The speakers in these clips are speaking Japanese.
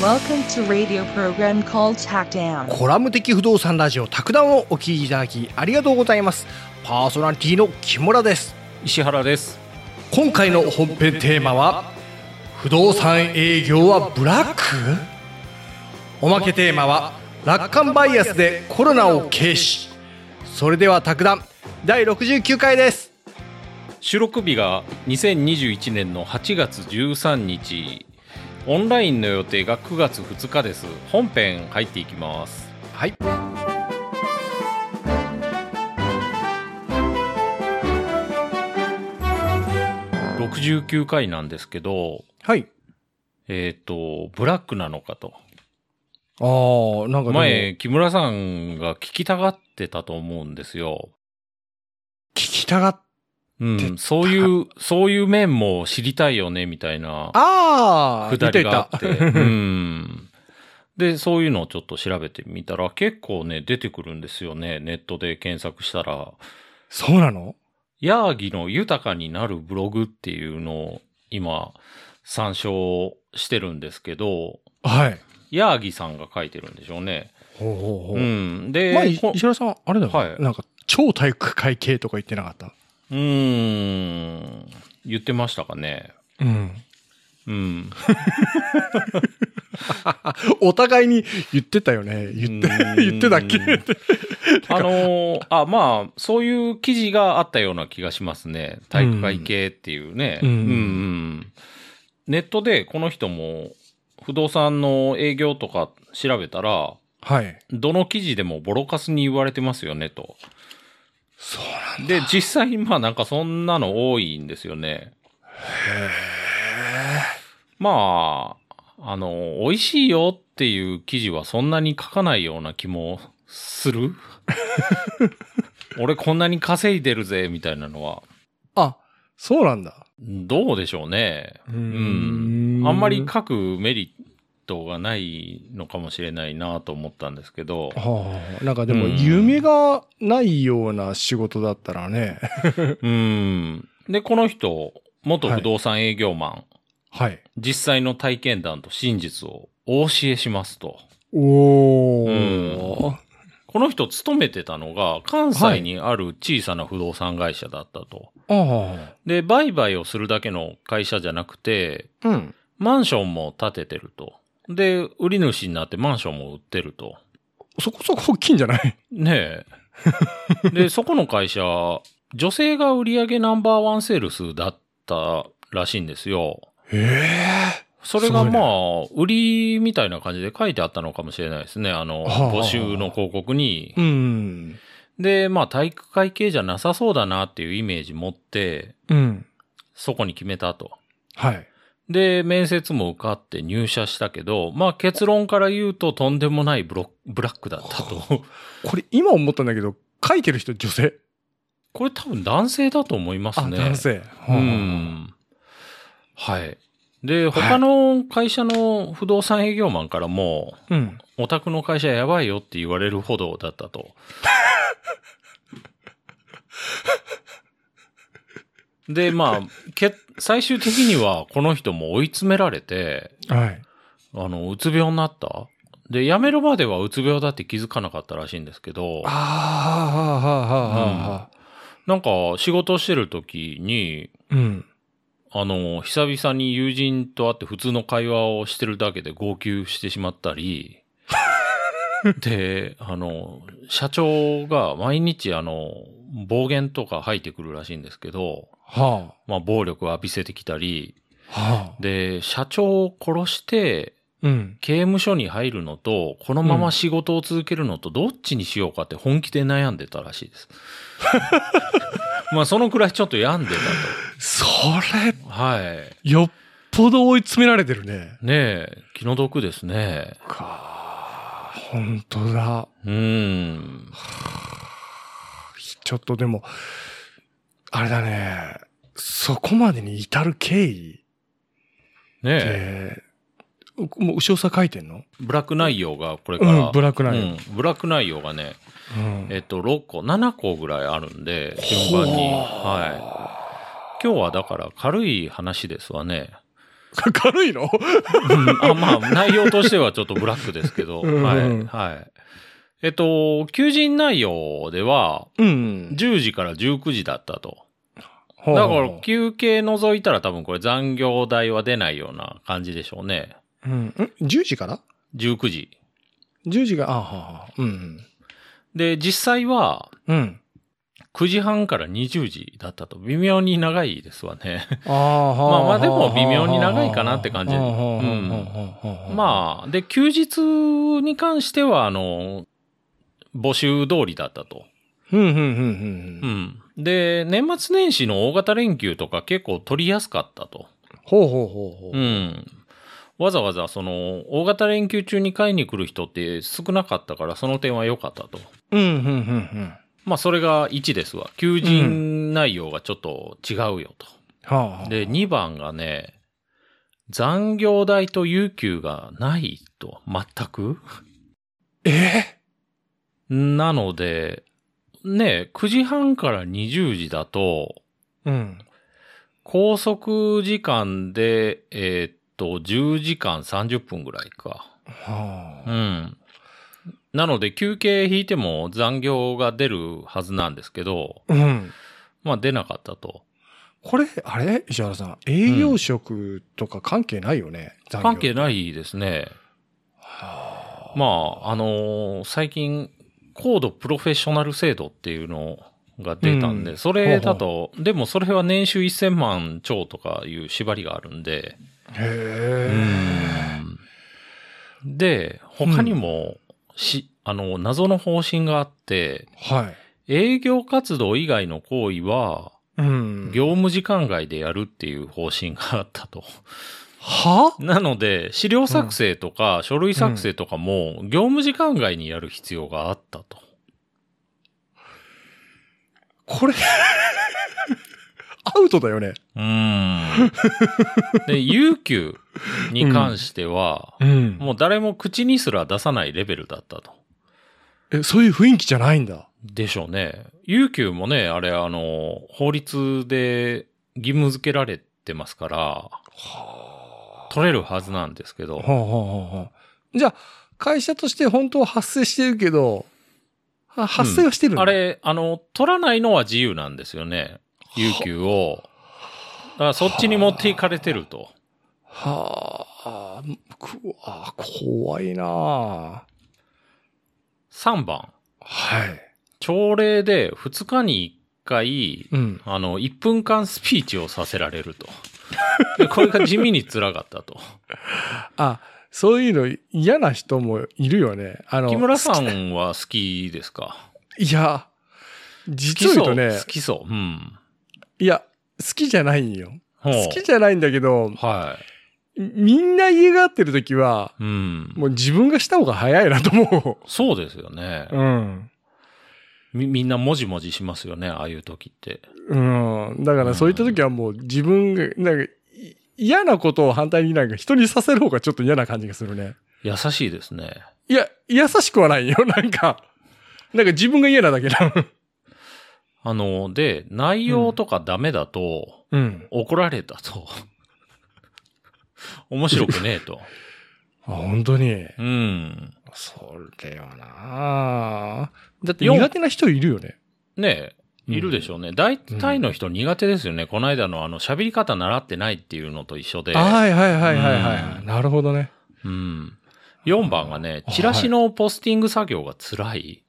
Welcome to radio program called Hackdown. コラム的不動産ラジオ卓談をお聞きいただきありがとうございますパーソナリティの木村です石原です今回の本編テーマは不動産営業はブラックおまけテーマは楽観バイアスでコロナを軽視それでは卓談第69回です収録日が2021年の8月13日オンラインの予定が9月2日です本編入っていきますはい69回なんですけどはいえっ、とブラックなのかとあーなんかでも聞前木村さんが聞きたがってたと思うんですよきたがっう出たん、そういう、そういう面も知りたいよね、みたいな。ああくだりがあって。うん。で、そういうのをちょっと調べてみたら、結構ね、出てくるんですよね。ネットで検索したら、そうなのヤーギの豊かになるブログっていうのを今、参照してるんですけど、はいヤーギさんが書いてるんでしょうね。ほうほうほううん。まあ、で、いこ石原さん、あれだよ、ねはいなんか、超体育会系とか言ってなかった。うーん、言ってましたかね。うん。うん。 お互いに言ってたよね。言って、言ってたっけうん あのーあ、まあ、そういう記事があったような気がしますね。体育会系っていうね。うんうんうんネットでこの人も不動産の営業とか調べたら、はい。どの記事でもボロカスに言われてますよねと。そうなんで、実際まあなんかそんなの多いんですよね。まあ、あの、美味しいよっていう記事はそんなに書かないような気もする 俺こんなに稼いでるぜ、みたいなのは。あ、そうなんだ。どうでしょうね。ううん。あんまり書くメリットがないのかもしれないなと思ったんですけど。はあ、なんかでも、うん夢がないような仕事だったらね。うん。で、この人、元不動産営業マン。はい。実際の体験談と真実をお教えしますと。おうー。この人勤めてたのが関西にある小さな不動産会社だったと。あで、売買をするだけの会社じゃなくて、あ。うん。マンションも建ててると。で、売り主になってマンションも売ってると。そこそこ大きいんじゃないね え。で、そこの会社、女性が売り上げナンバーワンセールスだったらしいんですよ。えそれがすごいねまあ、売りみたいな感じで書いてあったのかもしれないですね。あの、はあはあ募集の広告にえ。うん。で、まあ、体育会系じゃなさそうだなっていうイメージ持って、うん。そこに決めたと。はい。で、面接も受かって入社したけど、まあ、結論から言うととんでもないブロブラックだっ たと。これ、今思ったんだけど、書いてる人女性。これ多分男性だと思いますあ、ね。男。性。うはあん。はい。で、他の会社の不動産営業マンからも、うん。お宅の会社やばいよって言われるほどだったと。で、まあ、け、最終的にはこの人も追い詰められて、はい。あの、うつ病になった。で、辞めるまではうつ病だって気づかなかったらしいんですけどあ、あ、はあ、はあ、はあ、はあ。なんか仕事してる時に、うん。あの、久々に友人と会って普通の会話をしてるだけで号泣してしまったり、で、あの、社長が毎日あの、暴言とか吐いてくるらしいんですけど、はまあ暴力を浴びせてきたり、あ、はあ。で、社長を殺して、うん。刑務所に入るのと、このまま仕事を続けるのと、どっちにしようかって本気で悩んでたらしいです。 まあ、そのくらいちょっと病んでそれ、たと。はい。よっぽど追い詰められてるね。ねえ、気の毒ですね。か本当だ。うーん。ちょっとでも、あれだね。そこまでに至る経緯っねえ、て、もう、後ろさ書いてんのブラック内容がこれかうら。ん、ブラックナイうんブラック内容がね、ト。うん。えっと、6個、7個ぐらいあるんで、順番に。ほうはい。今日はだから軽い話ですわね。 軽いのうんあ まあ、内容としてはちょっとブラックですけど、うんはい、はい。えっと、求人内容では、うん。 10時から19時だったと。ほうだから、休憩除いたら多分これ残業代は出ないような感じでしょうね。うん。ん ?10 時から19時。 ?10 時が、あははうん。で、実際は、うん。 9時半から20時だったと。微妙に長いですわね。ああ、まあまあでも微妙に長いかなって感じうんあ。 まあ、で、休日に関しては、あの、募集通りだったと。うん、うん、うん、ううん。ん。で、年末年始の大型連休とか結構取りやすかったと。ほうほうほうほうう。ん。わざわざその、大型連休中に買いに来る人って少なかったから、その点は良かったと。うん、うん、うん、まあ、それが1ですわ。求人内容がちょっと違うよと。うん。はあ。で、2番がね、残業代と有給がないと、全く。えなので、ね、9時半から20時だと、うん。拘束時間で、えーっと、10時間30分ぐらいか。はうあ。ん。なので、休憩引いても残業が出るはずなんですけど、うん。まあ出なかったと。これ、あれ石原さん、営業職とか関係ないよね、残業関係ないですね。はあまあ、あのー最近、高度プロフェッショナル制度っていうのが出たんで、うんそれだと、でもそれは年収1000万超とかいう縛りがあるんで、へえ。で、他にも、し、あの、謎の方針があって、はい。営業活動以外の行為は、うん。業務時間外でやるっていう方針があったと。 はなので、資料作成とか書類作成とかも、業務時間外にやる必要があったと。これ、アウトだよね。うーん。で、有給に関しては、うんもう誰も口にすら出さないレベルだったと。え、そういう雰囲気じゃないんだ。でしょうね。有給もね、あれ、あの、法律で義務付けられてますから、は取れるはずなんですけあ。どは、あはあはあ。じゃあ、会社として本当は発生してるけど、は発生はしてるんだ、あれ、あの、取らないのは自由なんですよね。有給を。だからそっちに持っていかれてると。はあ、くあ怖いなあ3番。はい。朝礼で2日に1回、うん。あの、1分間スピーチをさせられると。でこれが地味に辛かったと。 あ、そういうの嫌な人もいるよね。あの、木村さ好んは好きですかきいや、好実きを言うそとう、ね、好きそう。うん。いや、好きじゃないんよ。ほう好きじゃないんだけど、はみんな家が合ってる時は、い。うん。もう自分がした方が早いなと思そうですよねう。。うん。み、みんなもじもじしますよね、ああいう時って。うん。だからそういった時はもう自分が、なんか、い嫌なことを反対になんか人にさせる方がちょっと嫌な感じがするね。優しいですね。いや、優しくはないよ。 なんか、なんか自分が嫌なだけだ。あの、で、内容とかダメだと、うん。怒られたと。 面白くねえと。あ、本当に。うん。それよなだってよん苦手な人いるよね。ねえ、いるでしょうね。大体の人苦手ですよね。この間のあの、喋り方習ってないっていうのと一緒で。はいはいはいはいはうい。んなるほどね。うん。4番がね、はいチラシのポスティング作業が辛い。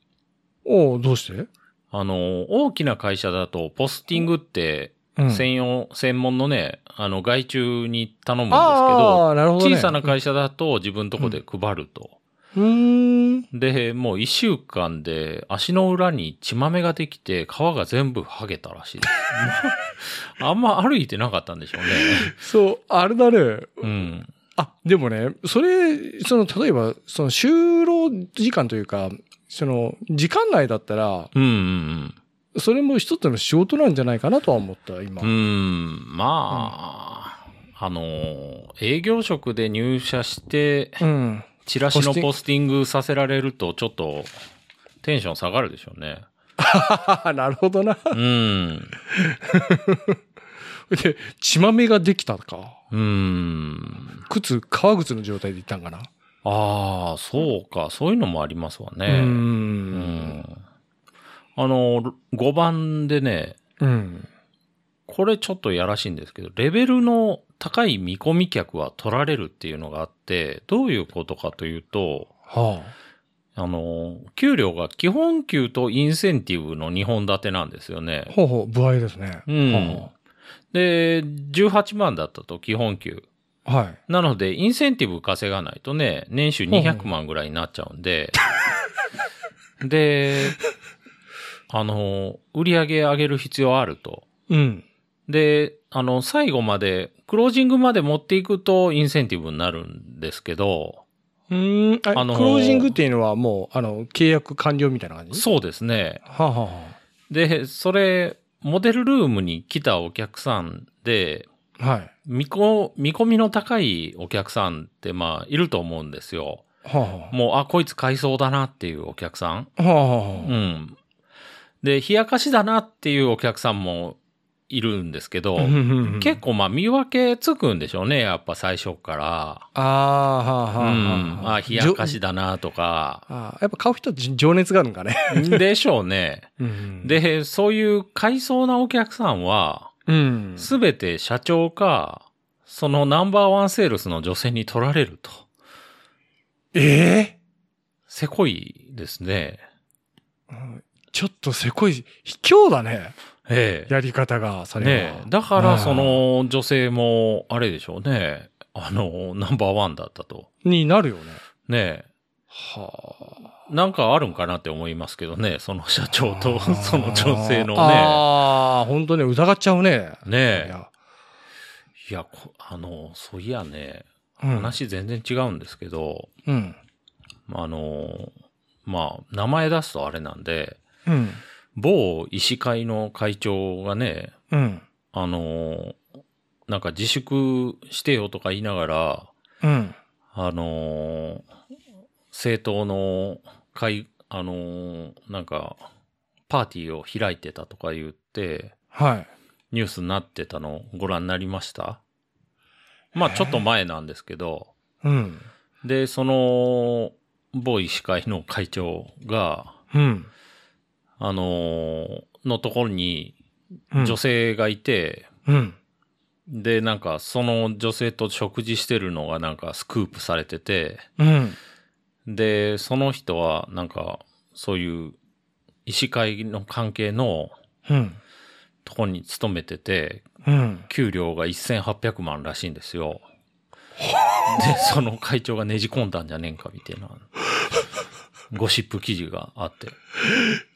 おうどうしてあの、大きな会社だと、ポスティングって、うん専用、専門のね、あの、外注に頼むんですけど、ああ、なるほど、ね。小さな会社だと自分とこで配ると。うーん。で、もう一週間で足の裏に血まめができて皮が全部剥げたらし いです。あんま歩いてなかったんでしょうね。そう、あれだね。うん。あ、でもね、それ、その、例えば、その、就労時間というか、その、時間内だったら、うんうんそれも一つの仕事なんじゃないかなとは思った、今。うん。うん、まあ、あのー、営業職で入社して、うん。チラシポスのティンポスティングさせられると、ちょっと、テンション下がるでしょうね。なるほどな。うん。で、血まめができたか。うーん。靴、革靴の状態で行ったんかな。ああ、そうか。そういうのもありますわうー。ね。うんん。あの、5番でね、うん。これちょっとやらしいんですけど、レベルの高い見込み客は取られるっていうのがあって、どういうことかというと、はあの、給料が基本給とインセンティブの2本立てなんですよあ。ね。ほうほう、不合ですね。うん。で、18万だったと基本給。はあはい。なので、インセンティブ稼がないとね、年収200万ぐらいになっちゃうんで、 で、あの、売り上げ上げる必要あると。うん。で、あの、最後まで、クロージングまで持っていくとインセンティブになるんですけど、うーん。ああのークロージングっていうのはもう、あの、契約完了みたいな感じそうですね。はあ、はあはで、それ、モデルルームに来たお客さんで、あ、はい。見こ見込みの高いお客さんって、まあ、いると思うんですよ。はあ、はもう、あ、こいつ買いそうだなっていうお客さん。あ。はあ、はあう。ん。で、冷やかしだなっていうお客さんもいるんですけど、うんうんうん結構まあ見分けつくんでしょうね、やっぱ最初から。ああ、はあ、はうあん。はあ。あ、冷やかしだなとか。ああやっぱ買う人じ情熱があるんかね。でしょうね。うん、で、そういう買いそうなお客さんは、うん。すべて社長か、そのナンバーワンセールスの女性に取られると。ええせこいですね。うんちょっとせこい、卑怯だね。ええ。やり方が、それはねえ。だから、そ、の女性も、あれでしょうね。あの、ナンバーワンだったと。うんになるよね。ねえ。はあ。なんかあるんかなって思いますけどね。その社長と、あーその女性のね。ああ、本当ね、疑っちゃうね。ねいえ。や、いや、こあの、そういやね、うん。話全然違うんですけど、うん。あの、まあ、名前出すとあれなんで、うん。某医師会の会長がね、うん。あの、なんか自粛してよとか言いながら、うん。あの、政党の会、あの、なんか、パーティーを開いてたとか言って、はい。ニュースになってたのご覧になりましたまあちょっと前なんですけど、うん。で、その、某医師会の会長が、うん。あのーのところにうん女。性がいて、うん。で、なんかその女性と食事してるのがなんかスクープされてて、うん。で、その人はなんかそういう医師会の関係のうん。ところに勤めてて、うん。給料が1800万らしいんですよ。で、その会長がねじ込んだんじゃねえんかみたいな、ゴシップ記事があって。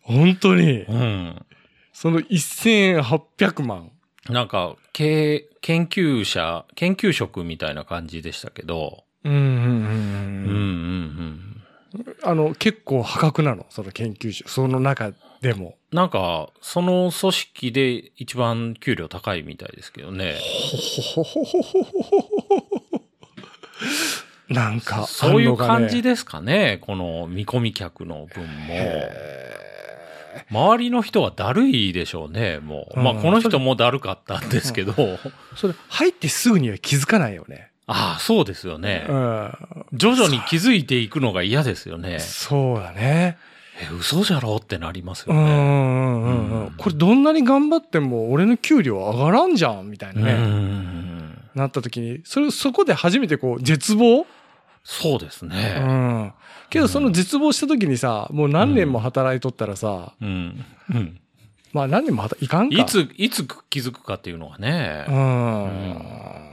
本当にう、ん。その1800万。なんか、経営、研究者、研究職みたいな感じでしたけど、うんうんううんんううんん。うん。あの、結構破格なの、その研究所。その中でも。なんか、その組織で一番給料高いみたいですけどね。ほほほほほほほほなんか、そういう感じで。ですかね、この見込み客の分も。へ周りの人はだるいでしょうね、もう。まあ、うんこの人もだるかったんですけど。ーそれ、入ってすぐには気づかないよね。 ああ、そうですよねう。ん。徐々に気づいていくのが嫌ですよね。そうだね。え、嘘じゃろってなりますうよんうね。んうんううんん。これどんなに頑張っても俺の給料上がらんじゃん、みたいうなんうね。んうん。なった時に、それ、そこで初めてこう、絶望そうですうね。ん。けどその絶望した時にさ、もう何年も働いとったらさ、うん。うん。まあ何年も働いかんか。いつ、いつ気づくかっていうのはうね。ん。うん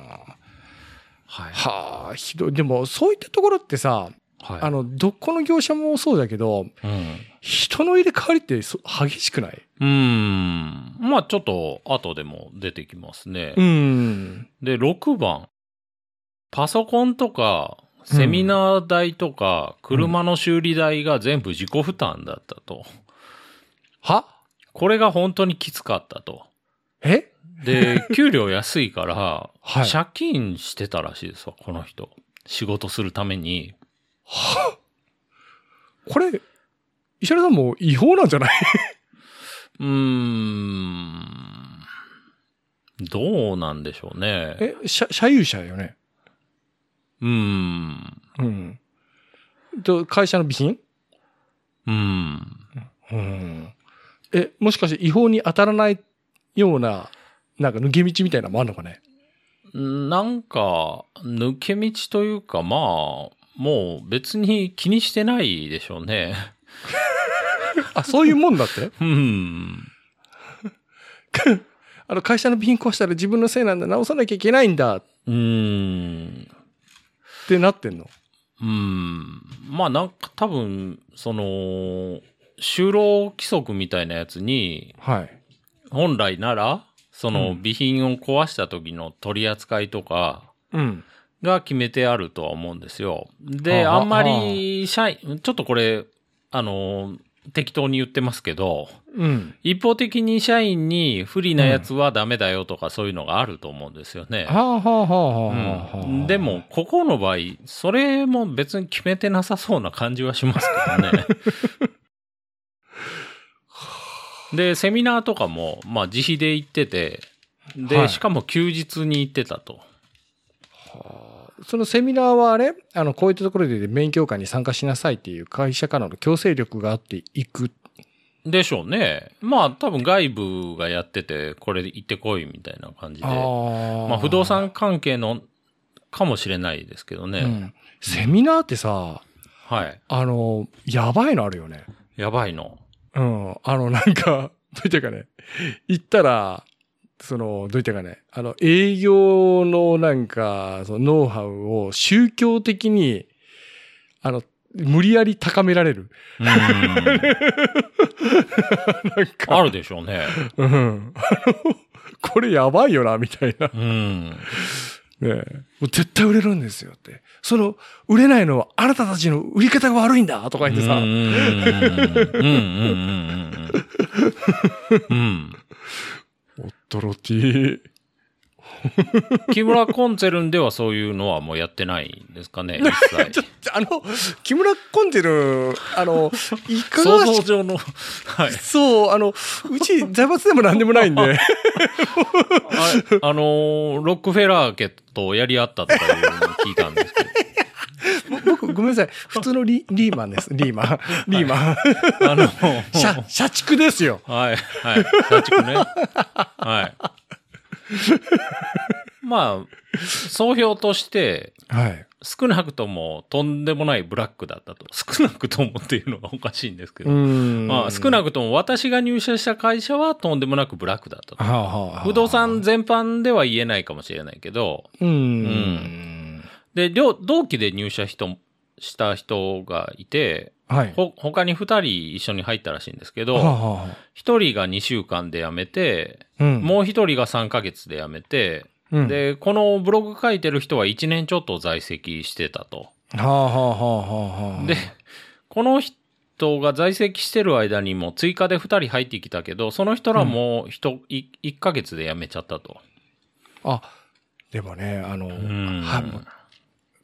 はい。はあ、ひどい。でも、そういったところってさ、はい。あの、どこの業者もそうだけど、うん。人の入れ替わりってそ激しくないうん。まあ、ちょっと、後でも出てきますね。ん。で、6番。パソコンとか、セミナー代とか、車の修理代が全部自己負担だったと。はこれが本当にきつかったと。え で、給料安いから、はい借金してたらしいですわ、この人。仕事するために。これ、石原さんも違法なんじゃないうーん。どうなんでしょうね。え、社、社有者よね。うん。うん。と、会社の備品うん。うん。え、もしかして違法に当たらないような、なんか抜け道みたいなのもあるのかねなんか、抜け道というか、まあ、もう別に気にしてないでしょうね。 あ、そういうもんだってうん。 あの、会社の備品壊したら自分のせいなんだ、直さなきゃいけないんだっうん。てなってんの。うん。まあなんか多分、その、就労規則みたいなやつに、はい。本来なら、そうのん備品を壊した時の取り扱いとか、うん。が決めてあるとは思うんですよ。で、あああんまり社員、ちょっとこれ、あの、適当に言ってますけど、うん。一方的に社員に不利なやつはダメだよとかそういうのがあると思うんですよね。はあはあはあはあはあ、うんで、も、ここの場合、それも別に決めてなさそうな感じはしますけ どね。で、セミナーとかも、まあ、自費で行ってて、で、はいしかも休日に行ってたと。そのセミナーはあれあの、こういったところで勉強会に参加しなさいっていう会社からの強制力があっていく。でしょうね。まあ多分外部がやってて、これ行ってこいみたいな感じで。あまあ不動産関係のかもしれないですけどね。うん。セミナーってさ、はい。あの、やばいのあるよね。やばいの。うん。あの、なんか、 どういったかね、行ったら、その、どういったかね、あの、営業のなんか、そのノウハウを宗教的に、あの、無理やり高められる。うーんなんか、あるでしょうね。うん。あの これやばいよな、みたいな。うん。ねえもう絶対売れるんですよって。その、売れないのはあなたたちの売り方が悪いんだとか言ってさ、うんうんうんうんうんうんうん。おっとろティうん。木村コンツェルンではそういうのはもうやってないんですかね、一ちょっ。切と、あの、木村コンテル、あの、 いか想が像し、上の、はい。そう、あの、うち、財閥でも何でもないん で、ああのーロックフェラー家とやり合ったとかいうのを聞いたんですけ僕、ごめんなさい。 普通のリリーマンです。リーマン。リーマン。ど、あの、社、社畜ですよ。はい、はい、社畜ね。はい。まあ、総評として、はい。少なくともとんでもないブラックだったと。少なくともっていうのがおかしいんですけど。んまあ、少なくとも私が入社した会社はとんでもなくブラックだったと。はあはあはあ不動産全般では言えないかもしれないけど、うん。んで、両同期で入社人した人がいて、はい。ほ、他に二人一緒に入ったらしいんですはけあど、はあはあ一人が2週間で辞めて、うんもう一人が3ヶ月で辞めて、うん、で、このブログ書いてる人は1年ちょっと在籍してたと。はあはあはあはあはあ。で、この人が在籍してる間にも追加で2人入ってきたけど、その人らも人、い1ヶ月で辞めちゃったと。あ、でもね、あの、うんは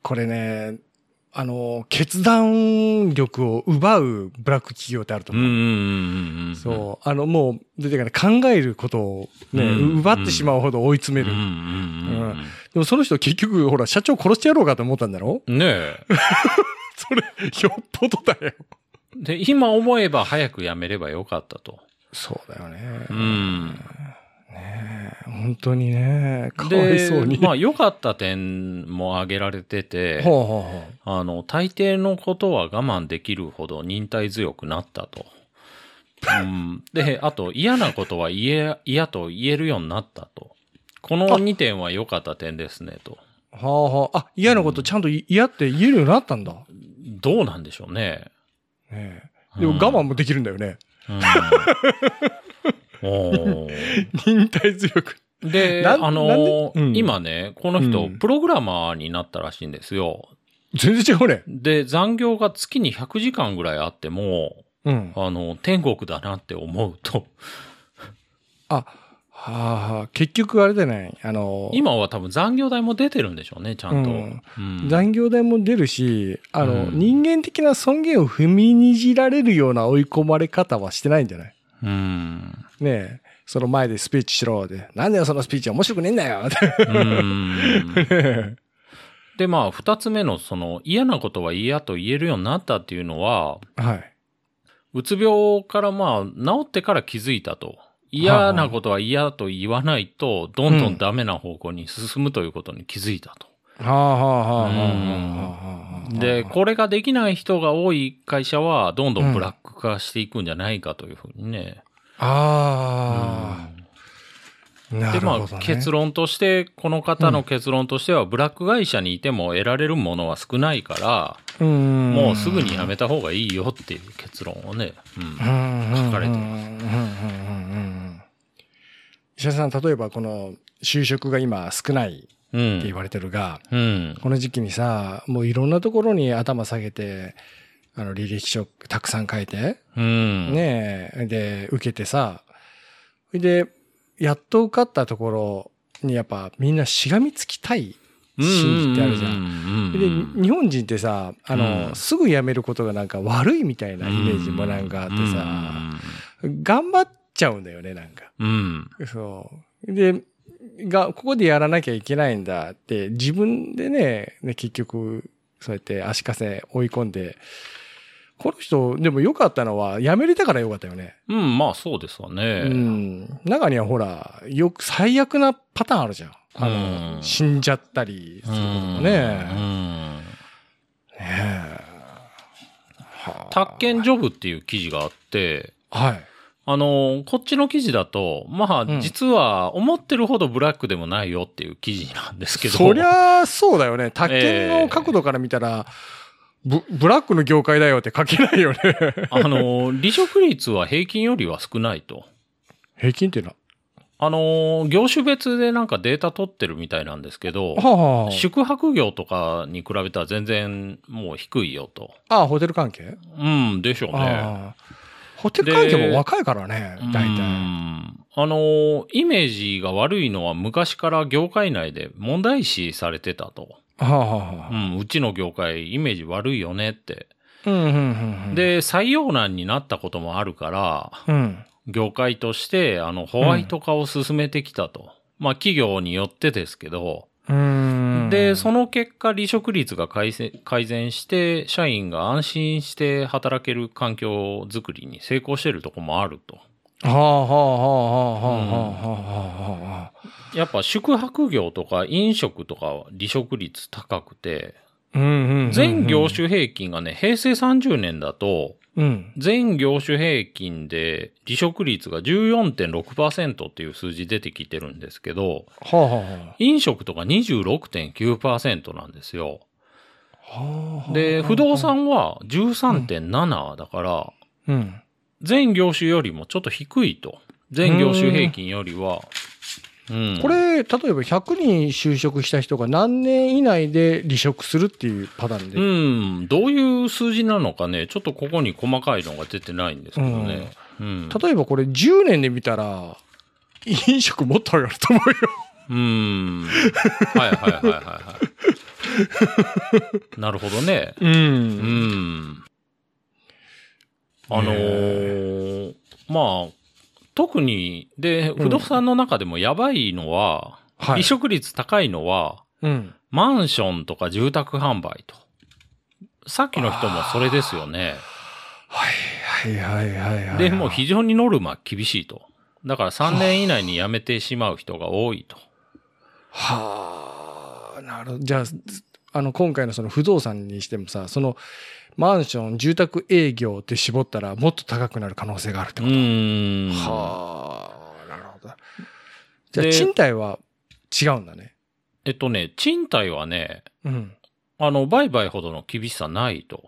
これね、あの、決断力を奪うブラック企業ってあるとうん思うう。んうんうん。そう。あの、もう、出てから考えることをね、うん奪ってしまうほど追い詰うめんる。うんうんうん。でもその人結局、ほら、社長殺してやろうかと思ったんだろねえ。それ、よっぽどだよ。で、今思えば早く辞めればよかったと。そうだよね。うん。本当にね、かわいでそうに。まあ良かった点も挙げられてて、ほうほうほう。あの、大抵のことは我慢できるほど忍耐強くなったと。うん、で、あと嫌なことは言え、嫌と言えるようになったと。この2点は良かった点ですねと。はあはあ。あ、嫌なことちゃんとい嫌って言えるようになったんだ。ねどうなんでしょうね。えでも我慢もできるんだよね。 うん。おー忍耐強く。で、なんなあんで、のうん今ね、この人、うんプログラマーになったらしいんですよ。全然違うね。で、残業が月に100時間ぐらいあっても、うん。あの、天国だなって思うと、あ、はあはあ、結局あれだね。あの、今は多分残業代も出てるんでしょうね、ちゃんと。うんうん残業代も出るし、あの、うん人間的な尊厳を踏みにじられるような追い込まれ方はしてないんじゃないうんねえ。その前でスピーチしろで、なんだよそのスピーチ面白くねえんだよ って。うーん えで、まあ、二つ目の、その、嫌なことは嫌と言えるようになったっていうのは、えはい。うつ病からまあ、治ってから気づいたと。嫌なことは嫌と言わないと、どんどんダメな方向に進むということに気づいたと。はあはあはあはあはあはあで、これができない人が多い会社は、どんどんブラック化していくんじゃないかというふうにね。ああ、うんなで、るまほど、ね。あ、結論として、この方の結論としては、ブラック会社にいても得られるものは少ないから、うんもうすぐにやめた方がいいよっていう結論をね。うん書書かれてますます。石田さん、例えばこの就職が今少ないうん。って言われてるが、うん。この時期にさ、もういろんなところに頭下げて、あの、履歴書たくさん書いて、うん。ねえ、で、受けてさ、それで、やっと受かったところにやっぱみんなしがみつきたい心理ってあるじゃん。んで、日本人ってさ、あの、うんすぐ辞めることがなんか悪いみたいなイメージもなんかあってさ、頑張っちゃうんだよね、なんか。うん。そう。で、が、ここでやらなきゃいけないんだって、自分でね、ね結局、そうやって足かせ追い込んで、この人、でも良かったのは、辞めれたから良かったよね。うん、まあそうですわね。うん。中にはほら、よく最悪なパターンあるじゃん。あの、うん死んじゃったりすうるんこともうね。ん。ねえ。宅建ジョブっていう記事があって、はい。あの、こっちの記事だと、まうんあ、実は思ってるほどブラックでもないよっていう記事なんですけど。そりゃそうだよね。宅建の角度から見たら、ブブラックの業界だよって書けないよね。あの、離職率は平均よりは少ないと。平均っていうのあの、業種別でなんかデータ取ってるみたいなんですけど、はあ、は宿泊業とかに比べたら全然もう低いよと。あ、あホテル関係、うん、でしょうね。ああホテル関係も若いからね、大う体。んあの、イメージが悪いのは昔から業界内で問題視されてたと。はあ、はうあ、ん、うちの業界イメージ悪いよねって。うん、うん、うんうん。、で、採用難になったこともあるから、うん。業界として、あの、ホワイト化を進めてきたと。まあ、企業によってですけど、うん。で、その結果、離職率が改善改善して、社員が安心して働ける環境づくりに成功してるとこもあると。はあ、はあ、はあ、はあ、はあ、はあ、はあ、はあ。やっぱ宿泊業とか飲食とかは離職率高くて、うんうんうんうん全業。種平均がね、平成30年だと、うん。全業種平均で離職率が14.6%っていう数字出てきてるんですけど、はあ、はあ、は飲食とか26.9%なんですよ。あはあ。で、不動産は13.7だから、うん。全業種よりもちょっと低いと。全業種平均よりは。うんこれ、例えば100人就職した人が何年以内で離職するっていうパターンで。うん、どういう数字なのかね、ちょっとここに細かいのが出てないんですけどね。うん。例えばこれ10年で見たら、飲食もっと上がると思うよ。うん。はいはいはいはい はい。なるほどね。う。うんん。あねのーまあ、特に、で、ん不動産の中でもやばいのは、はい離職率高いのは、うん。マンションとか住宅販売と。さっきの人もそれですよね。はいはいはいはいはい。で、もう非常にノルマ厳しいと。だから3年以内に辞めてしまう人が多いと。はあ、なるほど。じゃあ、ずあの、今回のその不動産にしてもさ、その、マンション、住宅営業って絞ったら、もっと高くなる可能性があるってうこと。ーん。はあ、なるほど。じゃあ、で賃貸は違うんだね。えっとね、賃貸はね、うん。あの、売買ほどの厳しさないと。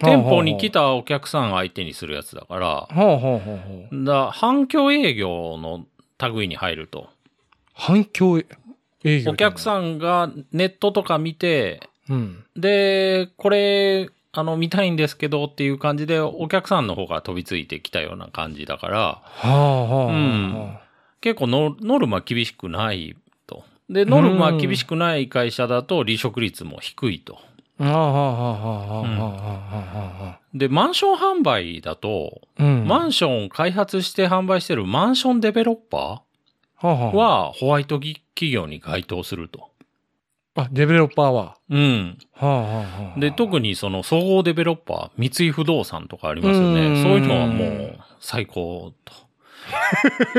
店舗に来たお客さん相手にするやつだから、ほうほうほうほう。だ反響営業の類に入ると。反響営業。お客さんがネットとか見て、ん。うん。で、これ、あの、見たいんですけどっていう感じで、お客さんの方が飛びついてきたような感じだから、はあはあはあ。うん結構ノノルマ厳しくないと。で、ノルマ厳しくない会社だと離職率も低いと。うああ、ああ、ああ、ああ、ああ、で、マンション販売だと、うん。マンションを開発して販売してるマンションデベロッパーは、はホワイト企業に該当すると。あ、デベロッパーは。うん。はあ、はあ、で、特に。にその総合デベロッパー、三井不動産とかありますようんね。そういうのはもう最高 と。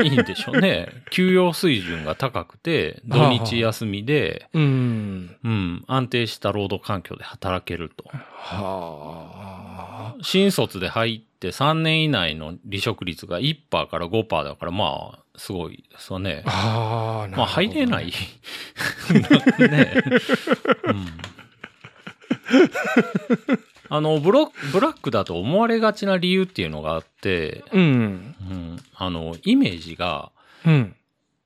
いいんでしょうね。給与水準が高くて、土日休みで、うん。うん、安定した労働環境で働けると。はあ。新卒で入って3年以内の離職率が1%から5%だから、まあ、すごいですわね。ああ、まあ、入れない。。ね。 うん。あの、ブロブラックだと思われがちな理由っていうのがあって、うん。うん、あの、イメージがうん。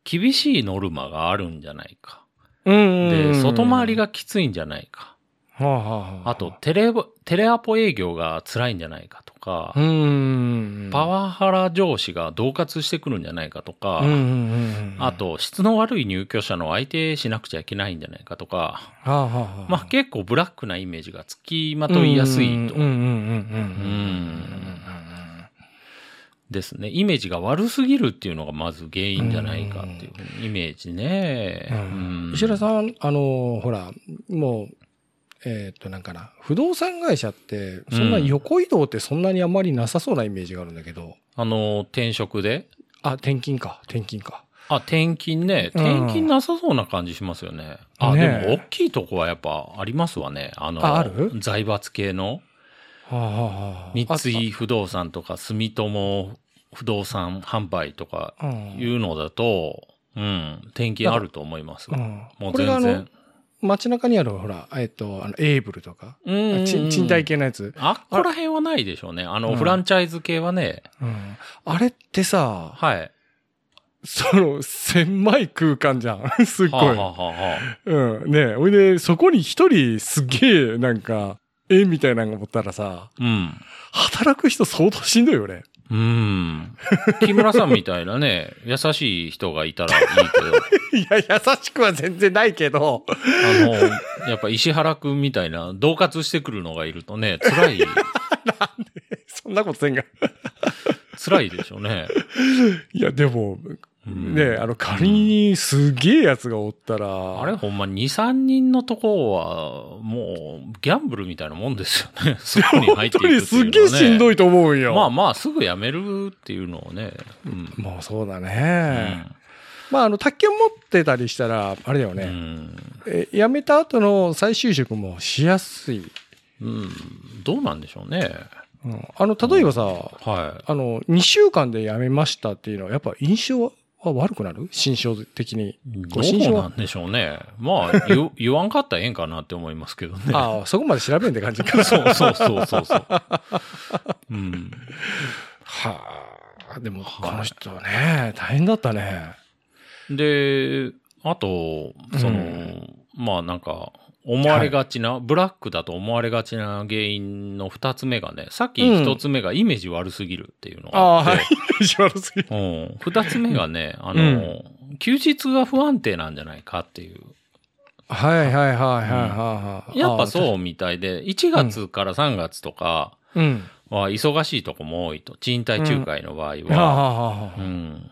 厳しいノルマがあるんじゃないか。うん。で、外回り。がきついんじゃないか。はあ、はあ。あと、、テレ、テレアポ営業が辛いんじゃないかとかう、ん。パワハラ上司が恫喝してくるんじゃないかとか、うんうんうんうん。あ。と、質の悪い入居者の相手しなくちゃいけないんじゃないかとか、はあ、はあ。まあ結構ブラックなイメージがつきまといやすいとうんうんうんですね。イメージが悪すぎるっていうのがまず原因じゃないかっていうイメージね。うんうんうん。石田ん。さん、あの、ほら、もう、えーっと、なんかな、不動産会社って、そんな横移動ってそんなにあまりなさそうなイメージがあるんだけど、あの、転職であ、転勤か、転勤か。あ、転勤ね。うん転勤なさそうな感じしますよね。あ、ねえでも大きいとこはやっぱありますわね。あの、あある財閥系の。はあはあはあ三井不動産とか住友不動産販売とかあうんいうのだと、うん、転勤あると思いますうが。んもうこれがあ全の然、。街中にある、ほら、えーっと、あのエイブルとか、うんうんうんち賃貸系のやつ。あっこら辺はないでしょうね。あうんの、フランチャイズ系はね、うんあれってさ、はい。その、狭い空間じゃん。 すっはあ、ごはいあ。はあはあ、うん。ねえ、おいで、そこに一人すげえ、なんか、絵みたいなのが持ったらさ、うん。働く人相当しんどいよね。うん。木村さんみたいなね、 優しい人がいたらいいけど、いや、優しくは全然ないけど。あの、やっぱ石原くんみたいな、恫喝してくるのがいるとね、辛 い、 そんなことせんが。辛いでしょうね。いや、でも、うんねえ、あの、仮にすげえやつがおったら、あれほんま2、3人のとこは、もう、ギャンブルみたいなもんですよね。 そこに入って本当いくっていうのは、ね。にすげえしんどい。いと思うよ。まあまあ、すぐ辞めるっていうのをね。うん。もうそうだうね。んまあ、あの、宅建持ってたりしたら、あれだようね。ん。え辞めた後の再就職もしやすい。うん。どうなんでしょうね。うん、あの、例えばさ、はあの、2週間で辞めましたっていうのは、やっぱ印象は悪くなる心象的に。い。どご心象うはなんでしょうね。まあ、言言わんかったらええんかなって思いますけどね。あ あ、そこまで調べんって感じかな。そうそうそうそうそう。うん。はあ、でも、この人ね、大変だったね。で、あと、その、うんまあなんか、思われがちな、ブラックだと思われがちな原因の二つ目がね、さっきうん一つ目がイメージ悪すぎるっていうのがあああ、って、はい。 悪すぎる。うん二つ目がね、あの、休日が不安定なんじゃないかっていう。はいはいはいはいはい。やっぱう。そうみたいで、1月から3月とかうん。は忙しいとこも多いと、賃貸仲介の場合はあは。はあはうあ。ん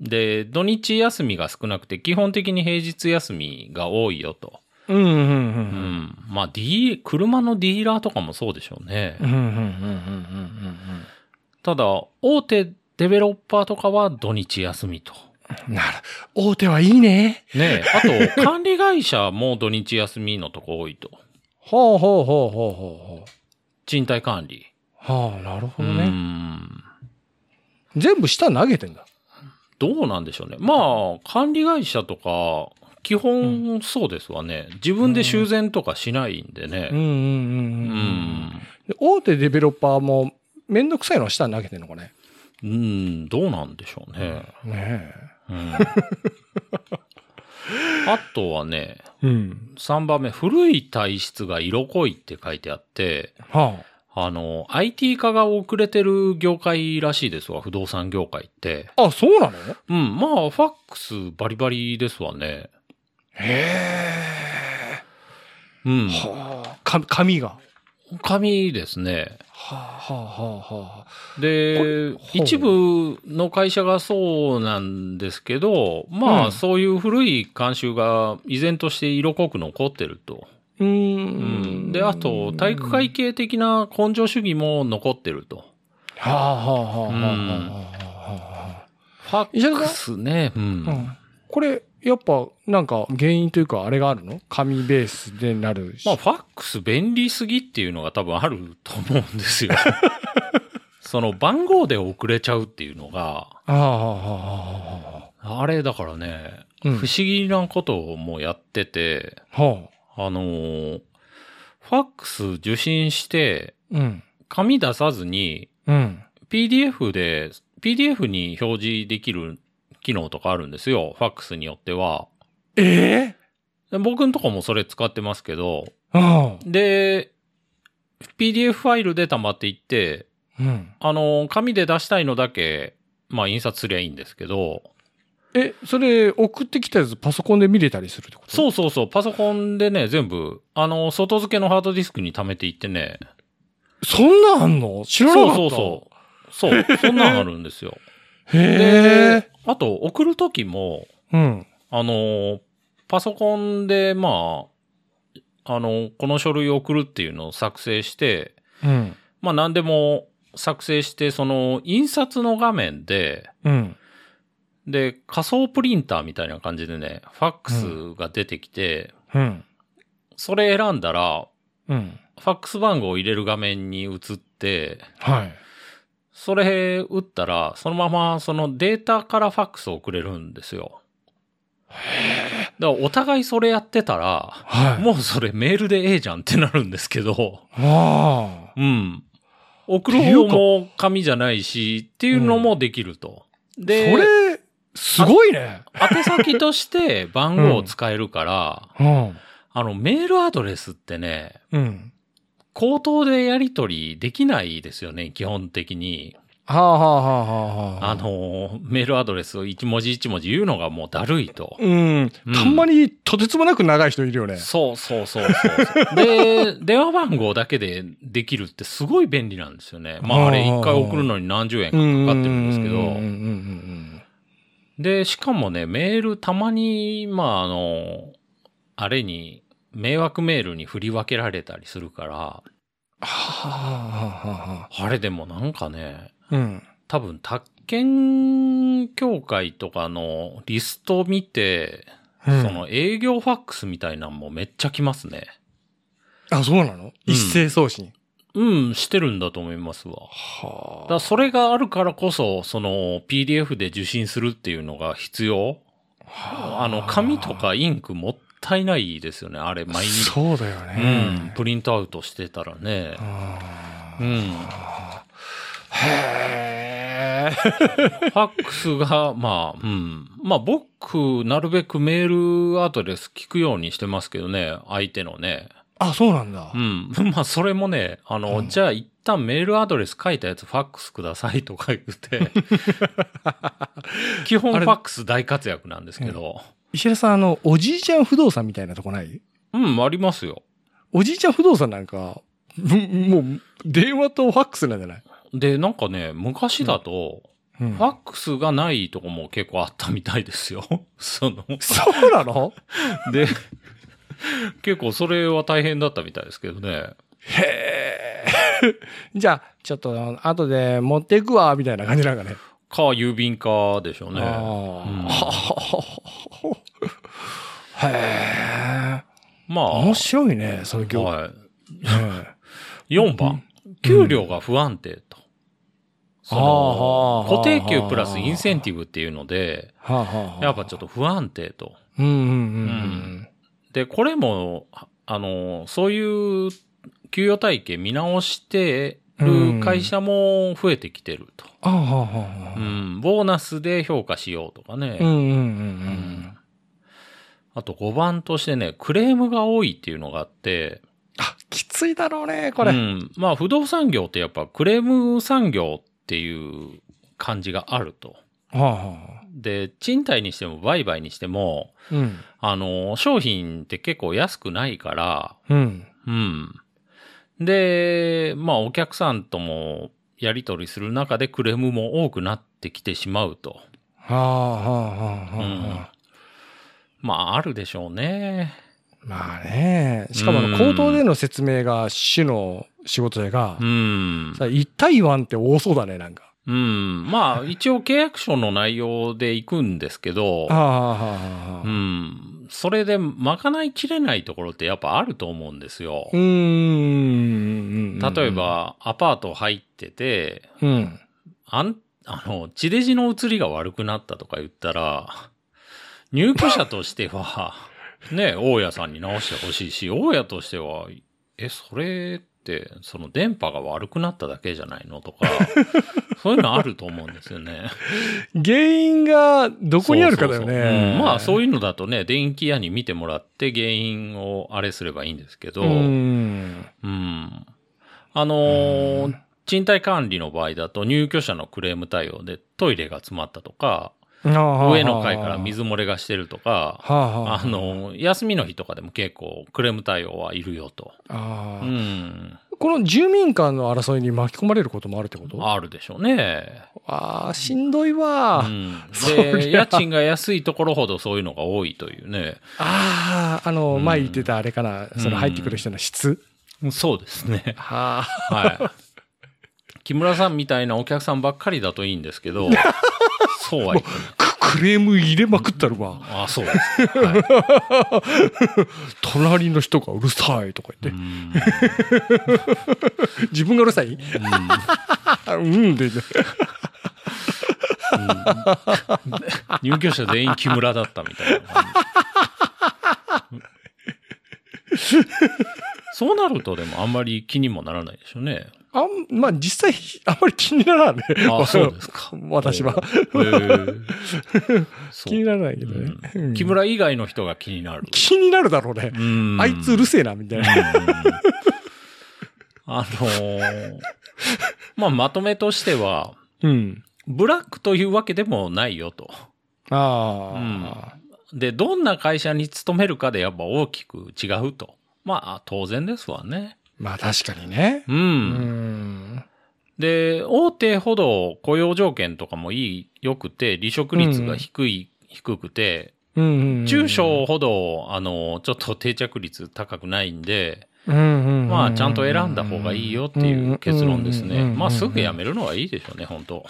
で、土日休みが少なくて、基本的に平日休みが多いよと。うんうんうんう。ん。まあ、ディー車のディーラーとかもそうでしょうね。うんうんうんうんうんただ、大手デベロッパーとかは土日休みと。うん。なる。大手はいいね。ねえ。 あと、管理会社も土日休みのとこ多いと。ほうほうほうほうほ賃貸管理。うほう。はあ、なるほうどーね。ん。全部下投げてんだ。どうなんでしょうね。まあ、管理会社とか、基本そうですわね。自分で修繕とかしないんでうんうね。んううんうん。ん。で大手デベロッパーもめんどくさいのは下に投げてんのかね。うん、どうなんでしょうね。ねうん。 あとはね、え。うん。 3番目、古い体質が色濃いって書いてあって、はあの、IT 化が遅れてる業界らしいですわ、不動産業界って。あ。あ、そうなのうん、まあ、ファックスバリバリですわね。へえ。うん。はあ、か紙が。紙ですね。はあ、はあ、はあ、はあ。でこれ、一部の会社がそうなんですけど、まうあ、んそういう古い慣習が依然として色濃く残ってると。ううんん。で、あと、体育会系的な根性主義も残ってると。はあ、はあ、はあ、はあ、はあ、はうんあはファ石ッ田クスね。う。あ、うんん。これ、やっぱ、なんか、原因というか、あれがあるの紙ベースでなるし。まあ、ファックス便利すぎっていうのが多分あると思う んですよ。その番号で遅れちゃうっていうのが、ああ、はあ、はあ、はあ、はあ。あれだからね、うん不思議なことをもうやってて、はあ。あのーファックス受信して、うん。紙出さずに、うん。 PDF で、PDF に表示できる機能とかあるんですよ、ファックスによっては。ええで僕んとこもそれ使ってますけど、ああ。で、PDF ファイルで溜まっていって、うん。あの、紙で出したいのだけ、まあ、印刷すりゃいいんですけど、え、それ、送ってきたやつ、パソコンで見れたりするってことそうそうそう、パソコンでね、全部、あの、外付けのハードディスクに溜めていってね、そんなんあんの知らなそかうった。そうそう、そう、そんなんあるんですよ。う。へえで。、あと、送るときも、うん。あの、パソコンで、まあ、あの、この書類を送るっていうのを作成して、うん。まあ、何でも作成して、その、印刷の画面で、うん。で、仮想プリンターみたいな感じでね、ファックスが出てきて、うん。それ選んだら、うん。ファックス番号を入れる画面に移って、はい。それ打ったら、そのままそのデータからファックスを送れるんですよ。だからお互いそれやってたら、はい。もうそれメールでええじゃんってなるんですけど、ああ。うん。送る方も紙じゃないし、っていうのもできると。そで、れ、すごいね。宛先として番号を使えるから、うん。あの、メールアドレスってね、うん。口頭でやり取りできないですよね、基本的に。はあはあはあはあはあ。あ、の、メールアドレスを一文字一文字言うのがもうだるいと。うん。うんたんまにとてつもなく長い人いるよね。そうそうそうそうそう。 で、電話番号だけでできるってすごい便利なんですよね。まああれ一回送るのに何十円かかかってるんですけうんうんうんうど。んで、しかもね、メールたまに、まああの、あれに、迷惑メールに振り分けられたりするから、はあはあはあはあ。あれでもなんかね、うん。多分、宅建協会とかのリスト見て、うんその営業ファックスみたいなのもめっちゃ来ますね。あ、そうなの一斉送信。うん、してるんだと思いますわ。だかはらそれがあるからこそ、その PDF で受信するっていうのが必要。あの、紙とかインクもったいないですよね、あれ、毎日。そうだようね。ん、プリントアウトしてたらね。あうーん。へえ。ファックスが、まあ、うん。まあ僕、なるべくメールアドレス聞くようにしてますけどね、相手のね。あ、そうなんだう。ん。 まあそれもね、あの、うんじゃあ一旦メールアドレス書いたやつファックスくださいとか言 って。基本フあれァックス大活躍なんですけど。石田さん、あの、おじいちゃん不動産みたいなとこないうん、ありますよ。おじいちゃん不動産なんか、ぶもう、電話とファックスなんじゃないで、なんかね、昔だと、うんファックスがないとこも結構あったみたいですよ。 その、そうなので、 結構それは大変だったみたいですけどね。へえ。じゃあ、ちょっと、後で持っていくわ、みたいな感じなんかね。か、郵便かでしょうあね。あうんーへえ。まあ、面白いね、そういう業界。はねい、4番、給料が不安定と。 そのはあは固あ定給プラスインセンティブっていうので、はあはあやっぱちょっと不安定と。うんうんうんで、これも、ああの、そういう給与体系見直してる会社も増えてきてると。ああはあはあうん、ボーナスで評価しようとかね。うんうんうんううんんあと5番としてね、クレームが多いっていうのがあって、あ、きついだろうね、これ。ううんん。まあ、不動産業ってやっぱクレーム産業っていう感じがあると。はあ、はあ、で、賃貸にしても売買にしても、うん。あの、商品って結構安くないから、うん。うん。で、まあお客さんともやり取りする中でクレームも多くなってきてしまうと。はあ、はあ、はあ、うはん。まああるでしょうね。あ。まあね。しかもあの、口頭での説明が主の仕事だがう、ん。さ1対1って多そうだね、なんか。うん。まあ一応契約書の内容で行くんですけどは、あ、はあ、はあ、はうあ。ん。それでまかないきれないところってやっぱあると思うんですよ。うーん。例え、ば、アパート入ってて、うん。あん、あの、地デジの移りが悪くなったとか言ったら、入居者としては、 ね、大家さんに直してほしいし、大家としては、え、それって、その電波が悪くなっただけじゃないの とか、そういうのあると思うんですよね。原因が どこにあるかだよそうそうそううねん。まあ、そういういうのだとね、電気屋に見てもらって原因をあれすればいいんですけど、うん。うん。あのーうん賃貸管理の場合だと入居者のクレーム対応でトイレが詰まったとか、上上の階から水漏れがしてるとか、はあはあ、あのー休みの日とかでも結構クレーム対応はいるよと。あうーん。この住民間の争いに巻き込まれることもあるってことああるでしょうね。あー、しんどいうわ。ん、そで、りゃ家賃が安いところほどそういうのが多いというね。ああ、あの、うん前言ってたあれかな、その入ってくる人の質。。そうですねはあ、はい。木村さんみたいなお客さんばっかりだといいんですけ ど、そうはいかない ククレーム入れまくったるわ。あ、そうですか。はい隣の人がうるさいとかう言って、ん自分がうるさいあ うんで、入居者全員木村だったみたいな感じ。そうなるとでもあんまり気にもならないでしょうね。あん、まあ実際、あんまり気にならんね。。あそうですか私は。へー。そう気にならないけどね。ううんん木村以外の人が気になる。気になるだろうね。うんあいつうるせえな、みたいな。あのーまあまとめとしては、うん。ブラックというわけでもないよと。あで、どんな会社に勤めるかでやっぱ大きく違うと。まあ、当然ですわね。あ。まあ確かにね。うん。うん。で、大手ほど雇用条件とかもいい、良くて、離職率が低い、低くて、うん。中小ほど、あの、ちょっと定着率高くないんで、うんうんうんうん、まあ、ちゃんと選んだ方がいいよっていう結論ですね。まあ、すぐやめる。るのはいいでしょうね、本当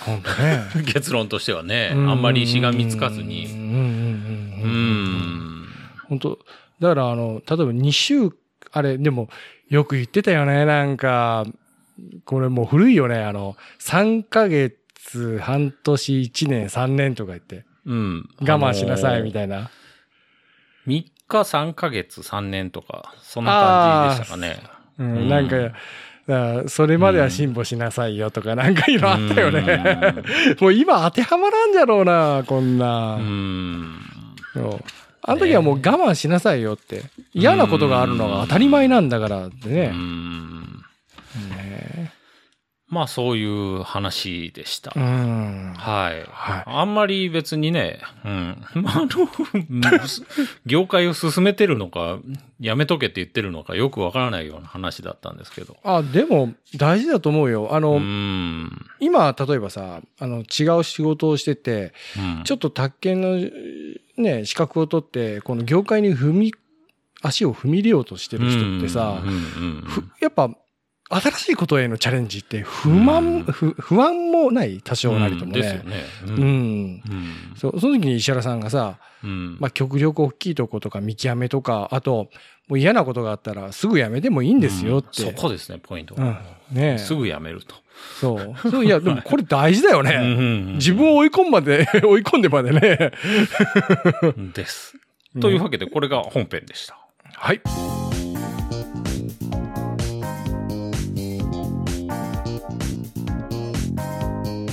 本当ね。結論としてはね、あんまりしがみつかずうに。んうんううんうん。ん。本当だから、あの、例えば2週、あれ、でも、よく言ってたよね、なんか、これもう古いよね、あの、3ヶ月、半年、1年、3年とか言って、うん。我慢しなさい、みいな。たいな。 3日、3ヶ月、3年とか、そんな感じでしたかね。うん、なんか、だからそれまでは辛抱しなさいよとか、なんかいろいろあったよね。もう今当てはまらんじゃろうな、こんうな。ん。そうあの時はもう我慢しなさいよって。嫌なことがあるのが当たり前なんだからってう ね。ん。ねまあそういう話でした。うん。はい。はいあんまり別にね、うん。 まあ、あの、うんす 業界を進めてるのか、やめとけって言ってるのか、よくわからないような話だったんですけど。あ、でも大事だと思うよ。あの、うん。今、例えばさ、あの、違う仕事をしてて、ちょょっと宅建のね、資格を取って、この業界に踏み、足を踏み入れようとしてっる人ってさ、うんうんふやっぱ、新しいことへのチャレンジって不満、うんふ不安もない多うん少なりともですよね。ね。う。うんん。うんそうその時に石原さんがさ、うん。まあ、極力大きいとことか見極めとか、あと、もう嫌なことがあったらすぐやめてもいいんですよって。うんそこですね、ポイントうは。ん。ねえすぐやめると。そう。そう いや、でもこれ大事だようんね。うんうん自分を追い込んまで、 追い込んでまでね。です。というわけで、これが本編でした。はい。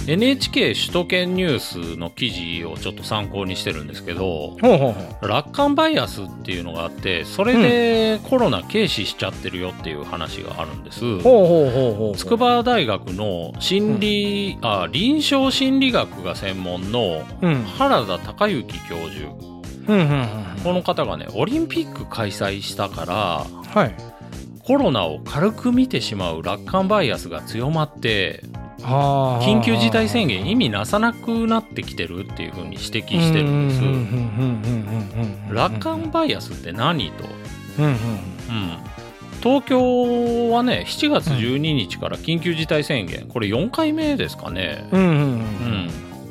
NHK 首都圏ニュースの記事をちょっと参考にしてるんですけほうどほうほう。楽観バイアスっていうのがあってそれでコロナ軽視しちゃってるよっていう話があるんです。ほうほうほうほう。筑波大学の心理、あ臨床心理学が専門のうん。原田孝之教授うんうんうん。この方がねオリンピック開催したからはい。コロナを軽く見てしまう楽観バイアスが強まってはあ。緊急事態宣言意味なさなくなってきてるっていうふうに指摘してるんうんうんうんでうんうんうんうんうす。ん。楽観バイアスって何と、うんうん。うん、東京はね7月12日から緊急事態宣言これ4回目ですかね、うんうんうん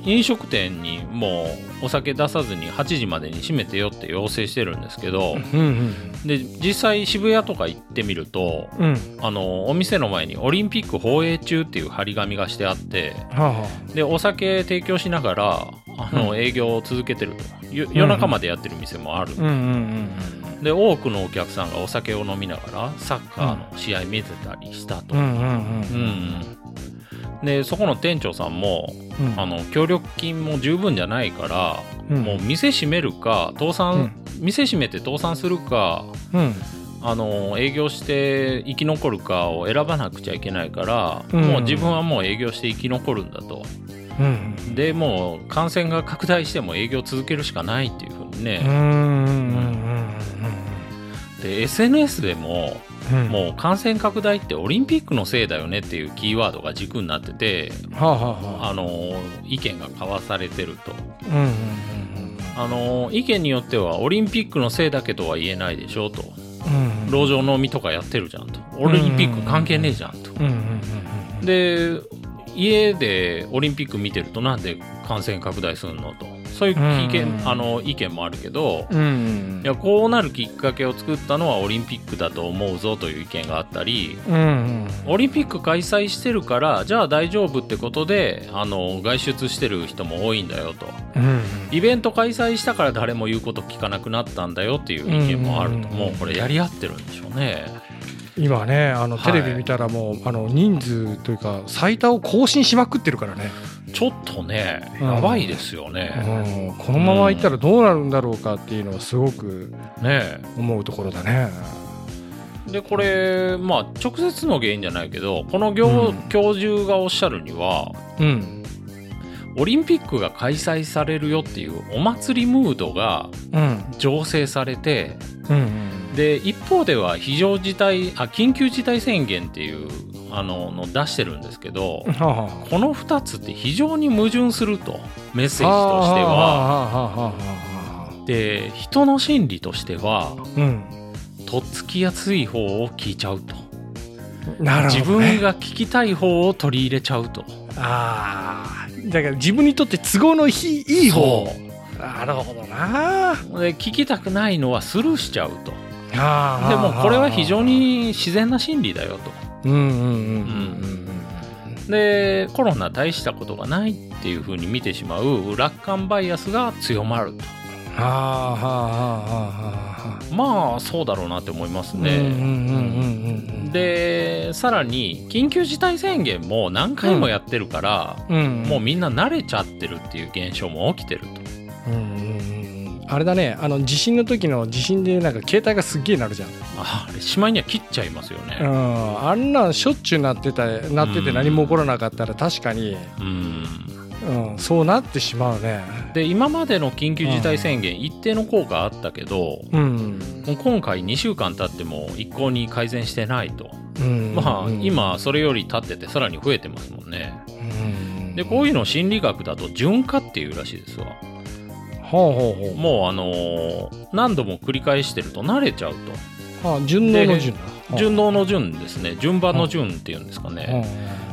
うん、飲食店にもうお酒出さずに8時までに閉めてよって要請してるんですけどうんうんで実際渋谷とか行ってみるとうん。うん。あのお店の前に「オリンピック放映中」っていう張り紙がしてあってはあはでお酒提供しながらあうの営業を続けてるとよ夜中までやってる店もあるあ。うんうんうんで多くのお客さんがお酒を飲みながらサッカーの試合見てたりしたと、うん。ううんんうんうん。うんでそこの店長さんもうんあの協力金も十分じゃないから、うんもう店閉めるか倒産、店閉めて倒産するかうんあの営業して生き残るかを選ばなくちゃいけないから、うんもう自分はもう営業して生き残るんだとうんでもう感染が拡大しても営業続けるしかないっていうふううにんうね、んうんで SNS でもうんうんもう感染拡大ってオリンピックのせいだよねっていうキーワードが軸になっててうんはあはあはああの意見が交わされてるとうんうんあの意見によってはオリンピックのせいだけとは言えないでしょとうんうん路上飲みとかやってるじゃんとオリンピック関係ねえじゃんと。うんうんうんうんで家でオリンピック見てるとなんで感染拡大するのとそういう意見,、うんあの意見もあるけど、うんうんいやこうなるきっかけを作ったのはオリンピックだと思うぞという意見があったりうんうんオリンピック開催してるからじゃあ大丈夫ってことであの外出してる人も多いんだよとうんイベント開催したから誰も言うこと聞かなくなったんだよっていう意見もあると、うんもうこれやり合ってるんでしょうね。今ねあのはテいレビ見たらもう、あの人数というか最多を更新しまくってるからね、ちょっとねうんやばいですよね。うん、このままいったらどうなるんだろうかっていうのはすごくねえ思うところだね。でこれまあ直接の原因じゃないけどこの業、うん教授がおっしゃるにはうんオリンピックが開催されるよっていうお祭りムードがうん醸成されてうんで一方では非常事態あ緊急事態宣言っていうあのの出してるんですけどうん、はあはあこの2つって非常に矛盾するとメッセージとしては。ああああああああああで人の心理としてはうんとっつきやすい方を聞いちゃうと、なるほ自ど、ね、分が聞きたい方を取り入れちゃうと。ああだから自分にとって都合のいいいい方そうなるほどなあで聞きたくないのはスルーしちゃうとあでもこれは非常にに自然な心理だようとんうんうんでコロナ大したことがないっていうふうに見てしまう楽観バイアスが強まるとはあはあはあはあはあまあそうだろうなって思いますうんね、うんうんうんうんでさらに緊急事態宣言も何回もやってるから、うんもうみんな慣れちゃってるっていう現象も起きてるとうんうんうんあれだねあの地震の時の地震でなんか携帯がすっげえなるじゃん、ああれしまいには切っちゃいますようねん、あんなんしょっちゅうなってたなってて何も起こらなかったら確かに、うんうん、そうなってしまうねで今までの緊急事態宣言、一定の効果あったけど、うん、もう今回2週間経っても一向に改善してないと、うん、まあ、今それより経っててさらに増えてますもんねうんでこういうのを心理学だと循化っていうらしいですわほうほうほもうあのー何度も繰り返してると慣れちゃううはあ順応の順だと順応の順ですね順番の順っていうんですかうんね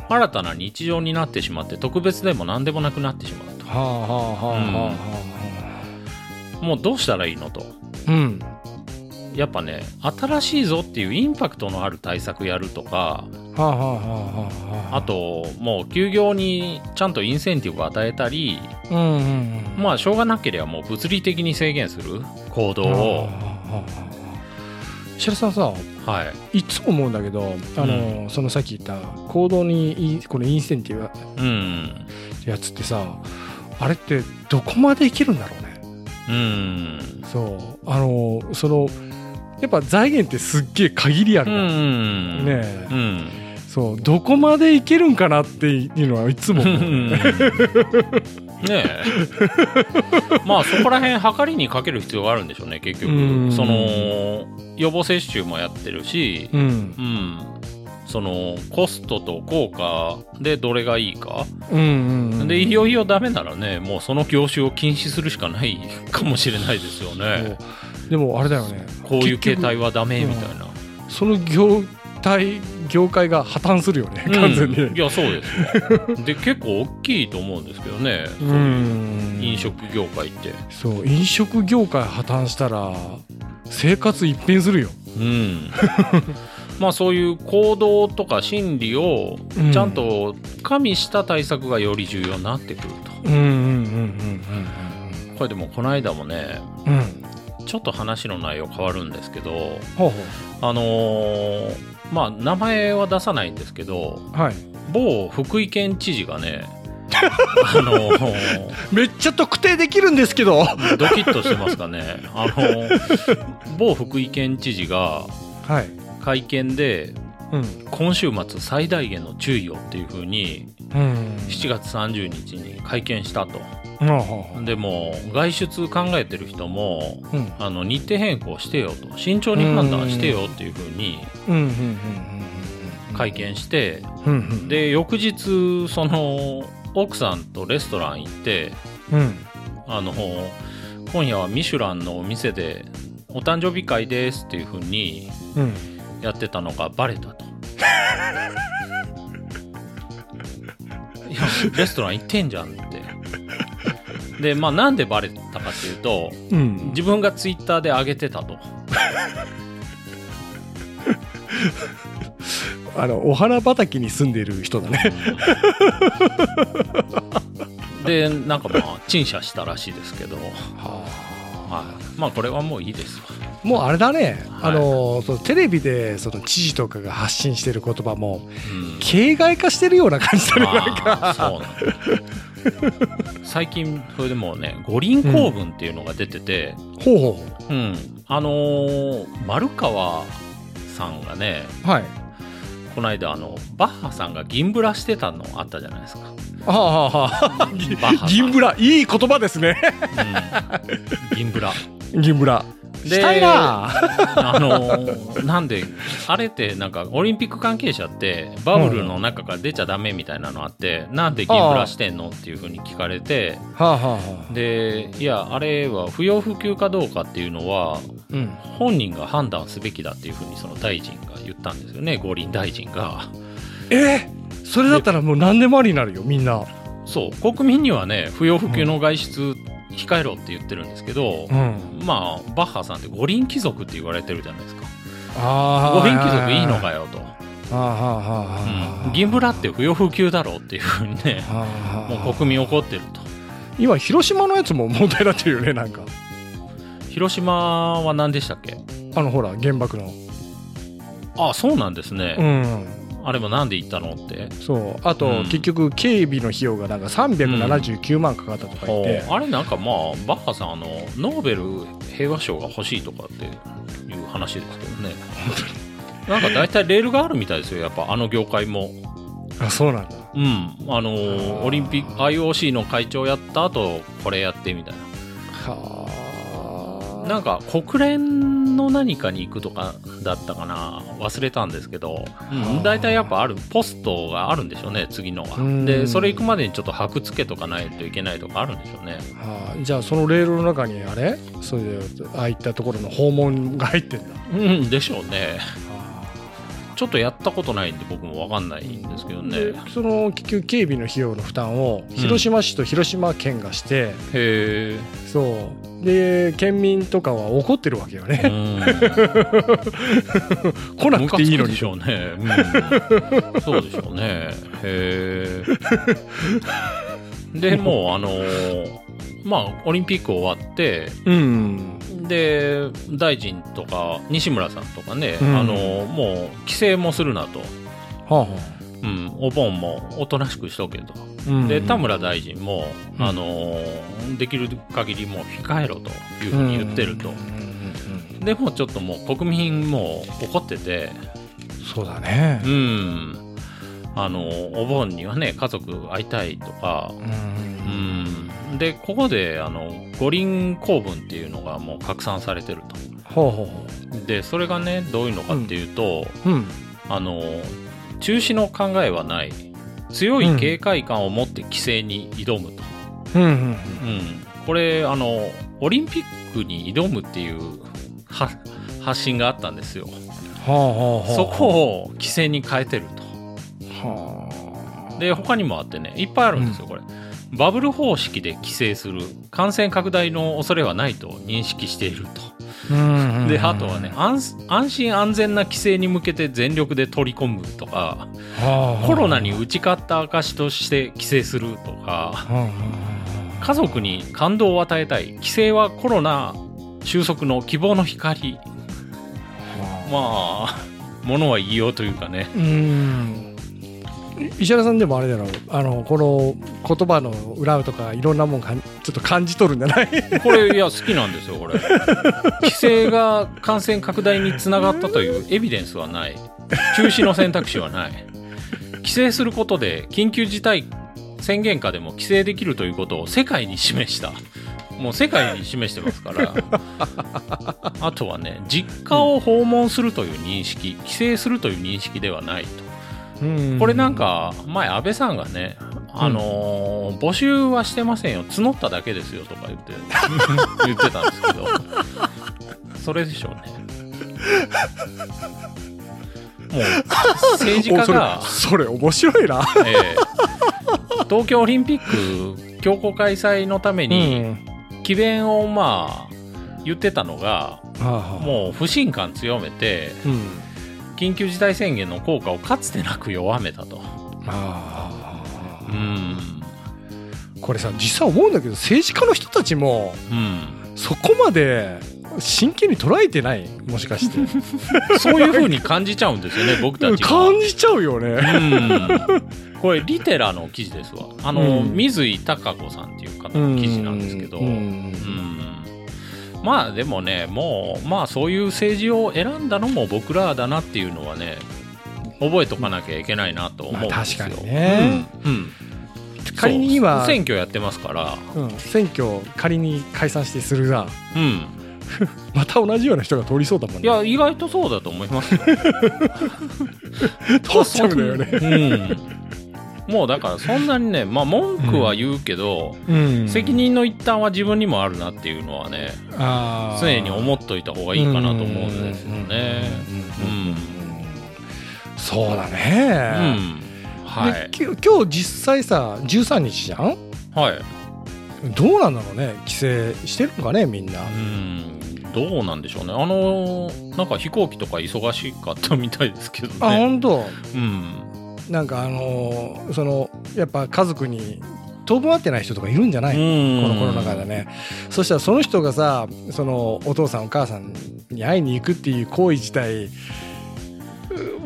新たな日常になってしまって特別でも何でもなくなってしまうはあはあはあはあはともうどうしたらいいのとあうんやっぱね新しいぞっていうインパクトのある対策やるとかはあはあはあはああともう休業にちゃんとインセンティブを与えたりうんうんうんまあしょうがなければもう物理的に制限する行動はあはをあはあはあ白さんさはい。いつも思うんだけどあの、そのさっき言った行動にいこのインセンティブうん。やつってさあれってどこまでいけるんだろうねうん。そうあのそのやっぱ財源ってすっげえ限りあうるから、ねん。えうん。そうどこまでいけるんかなっていうのはいつも思ううんね えまあそこら辺測りにかける必要があるんでしょうね結うん局その予防接種もやってるし、うんうん、そのコストと効果でどれがいいか、うんうんうんでいよいよダメならねもうその業種を禁止するしかない かもしれないですよねそうでもあれだよねこういう結局形態はダメみたいな、その業態業界が破綻するよねうん完全に、いやそうですよで結構大きいと思うんですけどね、うん飲食業界ってそう飲食業界破綻したら生活一変するよ、うんまあそういう行動とか心理をうんちゃんと加味した対策がより重要になってくるうと、んうんうんこれでもこの間もねうんうんうんうんちょっと話の内容変わるんですけどほうほあのーまあ名前は出さないんですけどうはい某福井県知事がねあのーめっちゃ特定できるんですけどはドキッとしてますかねあのー某福井県知事がい会見でうん今週末最大限の注意をっていうふうにうん7月30日に会見したとうんほうほうでも外出考えてる人もうんあの日程変更してよと慎重に判断してよっていうふうにうんうんうんうん会見してうんうんで翌日その奥さんとレストラン行ってうんあの今夜はミシュランのお店でお誕生日会ですっていうふうにうんやってたのがバレた と。いやレストラン行ってんじゃんって。でまあなんでバレたかっていうとうん自分がツイッターで上げてたと。あのお花畑に住んでる人だねでなんかまあ陳謝したらしいですけど、はい、はまあこれはもういいですわ。いもうあれだね、はいあのそのテレビでその知事とかが発信してる言葉もうん形骸化してるような感じだねなんかまあそうなんだ最近それでもうね五輪公文っていうのが出てて、ほうほうんあのー丸川さんがねうはいこの間あのバッハさんが銀ブラしてたのあったじゃないです か。あああああバッハさあん銀ブラいい言葉ですねうん 銀ブラ。銀ブラでしたいなあのーなんであれってなんかオリンピック関係者ってバブルの中から出ちゃダメみたいなのあって、なんで銀ブラしてんのっていうふうに聞かれてはあはあはあでいやあれは不要不急かどうかっていうのはうん本人が判断すべきだっていうふうにその大臣が言ったんですよね五輪大臣がえーそれだったらもう何でもありになるよみんなそう国民にはね不要不急の外出控えろって言ってるんですけど、うんまあバッハさんって五輪貴族って言われてるじゃないですかあ五輪貴族いいのかよと。ああはあはあはあうん銀ブラって不要不急だろうっていうふうにねはあはあもう国民怒ってると今広島のやつも問題になってるよねなんか広島は何でしたっけあのほら原爆のあそうなんですね、うんあれもなんで行ったのってそうあと、うん結局警備の費用がなんか379万かかったとか言って、あれなんかまあバッハさんあのノーベル平和賞が欲しいとかっていう話ですけどねなんか大体レールがあるみたいですよやっぱあの業界もあそうなんだうんあのーオリンピック IOC の会長やった後これやってみたいなはあなんか国連の何かに行くとかだったかな忘れたんですけど、うん、大体やっぱあるポストがあるんでしょうね次のうはんでそれ行くまでにちょっと箔付けとかないといけないとかあるんでしょうねはあじゃあそのレールの中にあれそれでああいったところの訪問が入ってんだ、うんでしょうねはちょっとやったことないんで僕も分かんないんですけどあねでその結局警備の費用の負担を広島市と広島県がして、へえそうで県民とかは怒ってるわけよ ね、来なムくカてついいくのでにしょうね、うん、そうでしょうねへえでもうあのーまあ、オリンピック終わって、 うん。で、大臣とか、西村さんとかね、うんあの、もう、規制もするなと。はあ、はうん、お盆もおとなしくしとけと。あうんで、田村大臣も、うんあの、できる限りもう控えろというふうに言ってるとうん。うんでもちょっともう国民も怒ってて、うんそうだねう。ん、あの、お盆にはね、家族会いたいとか、うんうん、でここであの五輪公文っていうのがもう拡散されてるほうほうほとでそれがねどういうのかっていうと、う。うん。あの中止の考えはない強い警戒感を持って規制に挑むと、うんうんうんこれあのオリンピックに挑むっていうは発信があったんですよはあはあはあそこを規制に変えてるはとで他にもあってねいっぱいあるんですよ、これバブル方式で規制する感染拡大の恐れはないと認識しているとあで、あとはね、、安安心安全な規制に向けて全力で取り込むとか、コロナに打ち勝った証として規制するとか、家族に感動を与えたい、規制はコロナ収束の希望の光、ままあ、ものは言いようというかね、うん石原さんでもあれだろうあのこの言葉の裏とかいろんなもんかんちょっと感じ取るんじゃないこれ、いや、好きなんですよ、これ。規制が感染拡大につながったというエビデンスはない、中止の選択肢はない、規制することで緊急事態宣言下でも規制できるということを世界に示した、もう世界に示してますから、あとはね、実家を訪問するという認識、規制するという認識ではないと。これなんか前安倍さんがねあのー募集はしてませんよ募っただけですよとか言 って言ってたんですけどそれでしょうねもう政 治家がお、それそれ面白いなええ東京オリンピック強行開催のために詭弁をまあ言ってたのがももう不信感強めてうん緊急事態宣言の効果をかつてなく弱めたと。あうーんこれさ実際思うんだけど政治家の人たちもうんそこまで真剣に捉えてないもしかしてそういう風に感じちゃうんですよね、僕たちが。感じちゃうよねうん、これ、リテラの記事ですわ。あの、うん水井貴子さんっていう方の記事なんですけど、ううんんまあでもね、もう、まあそういう政治を選んだのも僕らだなっていうのはね、覚えとかなきゃいけないなと思うんですよ。まあ確かにねうん。うん仮に今そう選挙やってますから、うん選挙仮に解散してするがうん。また同じような人が通りそうだもんねいや、意外とそうだと思いますよ。通っちゃうんだよねうん、もうだからそんなにね、まあ、文句は言うけど、うん責任の一端は自分にもあるなっていうのはねあー常に思っといた方がいいかなと思うんですよね。うんうんうんうんそうだうね、んはでい、き今日実際さ13日じゃんはいどうなんだろうね帰省してるのかねみんなうん、どうなんでしょうねあのなんか飛行機とか忙しかったみたいですけどあね。本当うんなんかあのーそのやっぱ家族に当分会ってない人とかいるんじゃない、このコロナ禍でね、そしたらその人がさそのお父さんお母さんに会いに行くっていう行為自体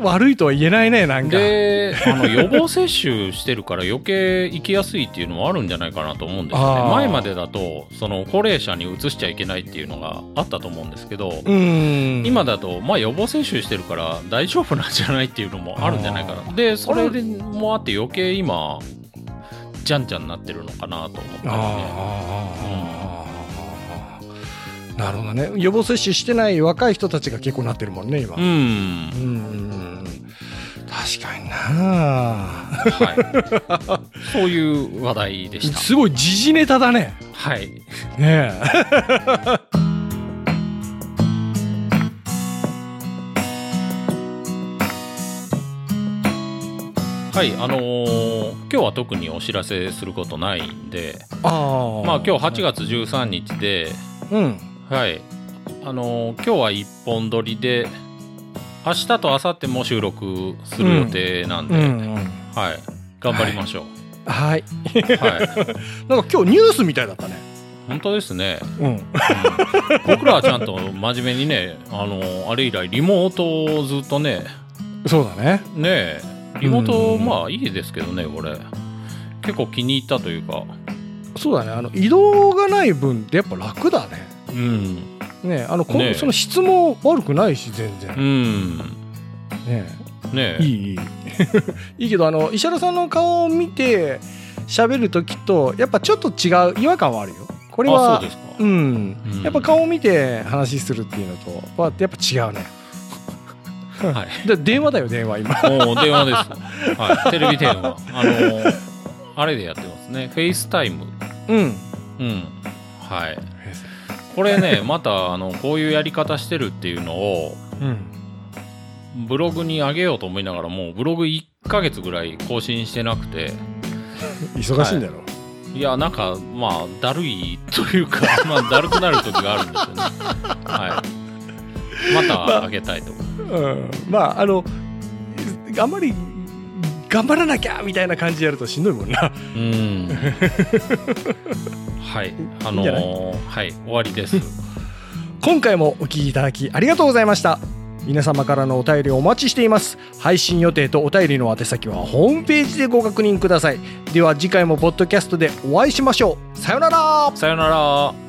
う悪いとは言えないねなんかであの予防接種してるから余計行きやすいっていうのもあるんじゃないかなと思うんですよあねー前までだとその高齢者に移しちゃいけないっていうのがあったと思うんですけど、うん今だと、まあ、予防接種してるから大丈夫なんじゃないっていうのもあるんじゃないかなでそれでもあって余計今じゃんじゃんなってるのかなと思って、ね、ああなるほどね予防接種してない若い人たちが結構なってるもんね今、ううんんうん確かになはい そういう話題でしたすごい時事ネタだねはいねえはいあのー今日は特にお知らせすることないんであまあ今日8月13日でうんはいあのー今日は一本撮りで明日と明後日も収録する予定なんで、うん、うん、はい頑張りましょう、はいはい、なんか今日ニュースみたいだったね本当ですね。うん。僕らはちゃんと真面目にね、あの、あれ以来、リモートをずっとね、そうだね。ねえ、リモーうト、んまあいいですけどね、これ。結構気に入ったというか、そうだね。あの、移動がない分ってやっぱ楽だね。うん、ねあの、こねえその質も悪くないし、全う然。ん、ねねえ、いい、いい。 いいけど、あの、石原さんの顔を見て喋るときと、やっぱちょっと違う違和感はあるよ。これあ、はそう、ですか。うんうん。やっぱ顔を見て話するっていうのとは、やっぱ違うね。はい。で電話だよ、電話、今。もう電話です。はい、テレビ電話。あの、あれでやってますね。フェイスタイム。うん。うん。はい。これね、また、あの、こういうやり方してるっていうのを、うん。ブログに上げようと思いながら、もうブログ1ヶ月ぐらい更新してなくて、忙しいんだろ。いや、なんか、まあ、だるいというか、 まあ、だるくなる時があるんですよね。はい。また上げたいと。うん、まああのあんまり頑張らなきゃみたいな感じでやるとしんどいもんな。 うん。はい。いあいんのじゃなはい、終わりです。今回もお聞きいただきありがとうございました。皆様からのお便りをお待ちしています。配信予定とお便りの宛先はホームページでご確認ください。では次回もポッドキャストでお会いしましょう。さようなら。さよなら。